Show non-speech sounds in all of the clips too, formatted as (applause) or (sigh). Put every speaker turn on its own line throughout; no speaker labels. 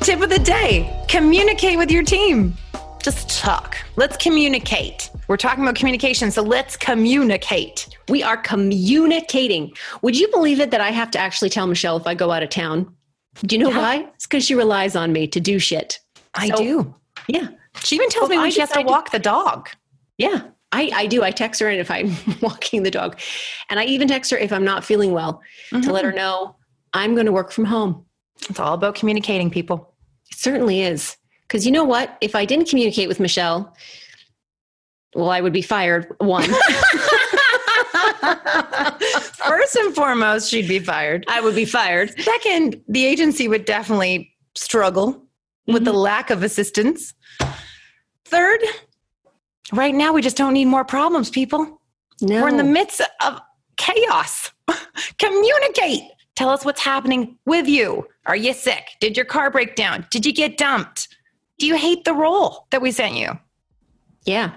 Tip of the day communicate with your team. Just talk. Let's communicate. We're talking about communication, so let's communicate.
We are communicating. Would you believe it that I have to actually tell Michelle if I go out of town? Do you know
Yeah.
why? It's because she relies on me to do shit.
I
So-
do.
Yeah.
She even tells
Well,
me when
I
she has to
decided-
walk the dog.
Yeah, I, I do. I text her if I'm (laughs) walking the dog. And I even text her if I'm not feeling well to let her know I'm going to work from home.
It's all about communicating, (laughs) people.
It certainly is. Because you know what? If I didn't communicate with Michelle, well, I would be fired. (laughs) One,
First and foremost, she'd be fired.
I would be fired.
Second, the agency would definitely struggle with the lack of assistance. Third, right now we just don't need more problems, people.
No.
We're in the midst of chaos. (laughs) Communicate. Tell us what's happening with you. Are you sick? Did your car break down? Did you get dumped? Do you hate the role that we sent you?
Yeah.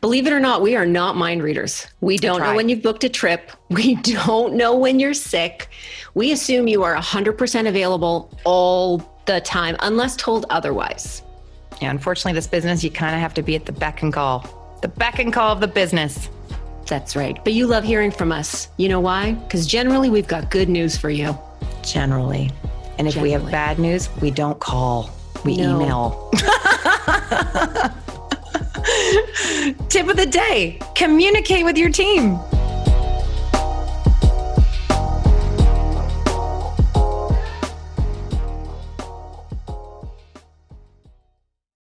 Believe it or not, we are not mind readers. We don't
right.
know when you've booked a trip. (laughs) We don't know when you're sick. We assume you are 100% available all the time, unless told otherwise.
Yeah, unfortunately, this business, you kind of have to be at the beck and call. The beck and call of the business.
That's right. But you love hearing from us. You know why? Because generally, we've got good news for you.
Generally. And if we have
Generally.
bad news, we don't call, we
No.
(laughs) email. Tip of the day communicate with your team.